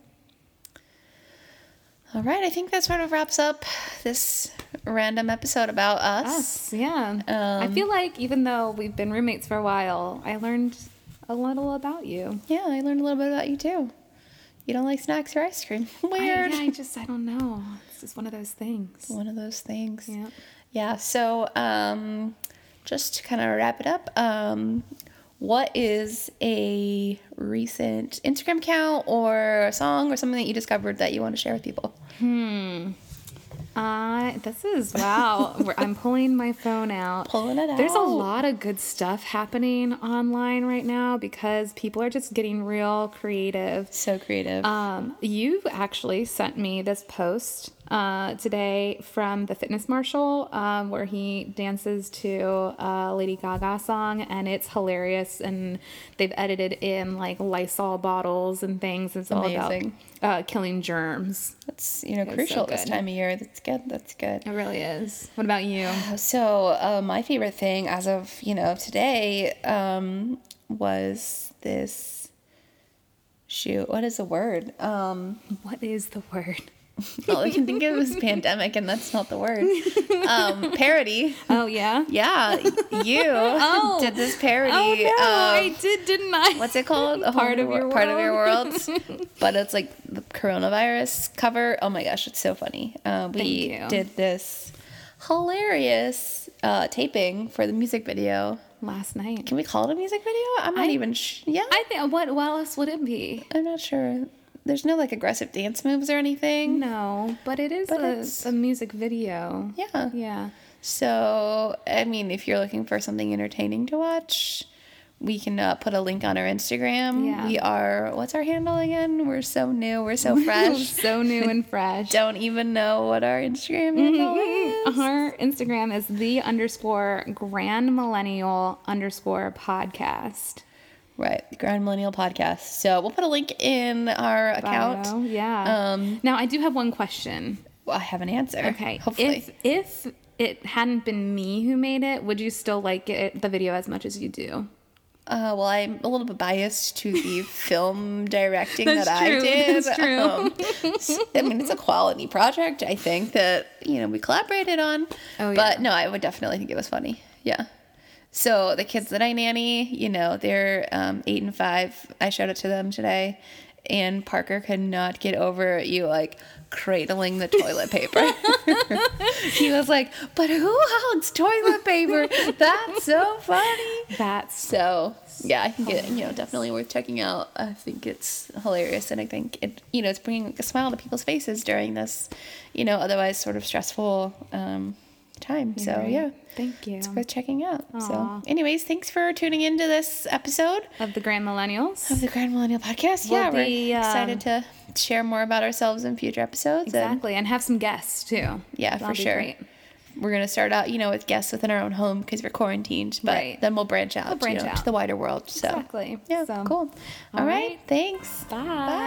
Speaker 2: All right, I think that sort of wraps up this random episode about us. Um,
Speaker 1: Us, yeah. I feel like even though we've been roommates for a while, I learned a little about you.
Speaker 2: Yeah, I learned a little bit about you too. You don't like snacks or ice cream. Weird.
Speaker 1: I, yeah, I just I don't know. It's just one of those things.
Speaker 2: One of those things.
Speaker 1: Yeah.
Speaker 2: Yeah, so um, just to kind of wrap it up, um, what is a recent Instagram account or a song or something that you discovered that you want to share with people?
Speaker 1: Uh, this is wow. We're- I'm pulling my phone out.
Speaker 2: Pulling it
Speaker 1: There's a
Speaker 2: out.
Speaker 1: lot of good stuff happening online right now because people are just getting real creative.
Speaker 2: So creative.
Speaker 1: Um, you actually sent me this post uh, today from the Fitness Marshal, um, where he dances to a Lady Gaga song, and it's hilarious. And they've edited in like Lysol bottles and things. It's all
Speaker 2: Amazing.
Speaker 1: about uh, killing germs.
Speaker 2: That's you know
Speaker 1: so
Speaker 2: crucial this
Speaker 1: good.
Speaker 2: time of year. That's good. That's good.
Speaker 1: It really is. What about you?
Speaker 2: So uh, my favorite thing as of you know today um, was this. Shoot, what is the word? Um,
Speaker 1: What is the word?
Speaker 2: all I can think of is pandemic, and that's not the word. Um, parody.
Speaker 1: Oh yeah.
Speaker 2: Yeah, you
Speaker 1: Oh.
Speaker 2: did this parody.
Speaker 1: Oh no,
Speaker 2: of-
Speaker 1: I did, didn't I?
Speaker 2: what's it called? A
Speaker 1: Part
Speaker 2: Whole
Speaker 1: of
Speaker 2: New Wor-
Speaker 1: Your
Speaker 2: part of your
Speaker 1: World.
Speaker 2: world. but it's like the coronavirus cover. Oh my gosh, it's so funny. Uh, we
Speaker 1: Thank you.
Speaker 2: did this hilarious uh, taping for the music video.
Speaker 1: Last night.
Speaker 2: Can we call it a music video? I'm not
Speaker 1: I-
Speaker 2: even. Sh- yeah,
Speaker 1: I think. What? What else would it be?
Speaker 2: I'm not sure. There's no like aggressive dance moves or anything.
Speaker 1: No, but it is
Speaker 2: But it's-
Speaker 1: a, a music video.
Speaker 2: Yeah.
Speaker 1: Yeah.
Speaker 2: So, I mean, if you're looking for something entertaining to watch, we can uh, put a link on our Instagram.
Speaker 1: Yeah.
Speaker 2: We are, what's our handle again? We're so new, we're so fresh.
Speaker 1: so new and fresh.
Speaker 2: Don't even know what our Instagram
Speaker 1: Mm-hmm,
Speaker 2: handle is.
Speaker 1: Our Uh-huh. Instagram is the underscore grand millennial underscore podcast.
Speaker 2: Right, Grand Millennial Podcast. So, we'll put a link in our account.
Speaker 1: Bio. Yeah.
Speaker 2: Um,
Speaker 1: now I do have one question.
Speaker 2: Well, I have an answer.
Speaker 1: Okay.
Speaker 2: Hopefully.
Speaker 1: If if it hadn't been me who made it, would you still like it, the video as much as you do?
Speaker 2: Uh, well, I'm a little bit biased to the film directing
Speaker 1: That's
Speaker 2: that I
Speaker 1: true,
Speaker 2: did.
Speaker 1: that's true.
Speaker 2: Um, I mean, it's a quality project. I think that you know we collaborated on.
Speaker 1: Oh,
Speaker 2: But
Speaker 1: yeah.
Speaker 2: no, I would definitely think it was funny. Yeah. So the kids that I nanny, you know, they're um, eight and five. I showed it to them today, and Parker could not get over you like cradling the toilet paper. he was like, "But who hugs toilet paper? That's so funny."
Speaker 1: That's
Speaker 2: So yeah, I think it you know definitely worth checking out. I think it's hilarious, and I think it you know it's bringing a smile to people's faces during this you know otherwise sort of stressful um, time. so
Speaker 1: right.
Speaker 2: yeah,
Speaker 1: Thank you.
Speaker 2: it's worth checking out.
Speaker 1: Aw.
Speaker 2: So, anyways, thanks for tuning into this episode
Speaker 1: of the grand millennials.
Speaker 2: of the Grand Millennial Podcast.
Speaker 1: We'll
Speaker 2: yeah, we're
Speaker 1: be, um,
Speaker 2: excited to share more about ourselves in future episodes. And
Speaker 1: Exactly, and have some guests too.
Speaker 2: yeah,
Speaker 1: That'll
Speaker 2: for
Speaker 1: be
Speaker 2: sure.
Speaker 1: great.
Speaker 2: We're gonna start out, you know, with guests within our own home because we're quarantined, but
Speaker 1: Right.
Speaker 2: then we'll branch out, you
Speaker 1: branch
Speaker 2: know,
Speaker 1: out.
Speaker 2: to the wider world. So
Speaker 1: Exactly.
Speaker 2: yeah,
Speaker 1: So,
Speaker 2: cool.
Speaker 1: all
Speaker 2: all right.
Speaker 1: right.
Speaker 2: Thanks.
Speaker 1: Bye.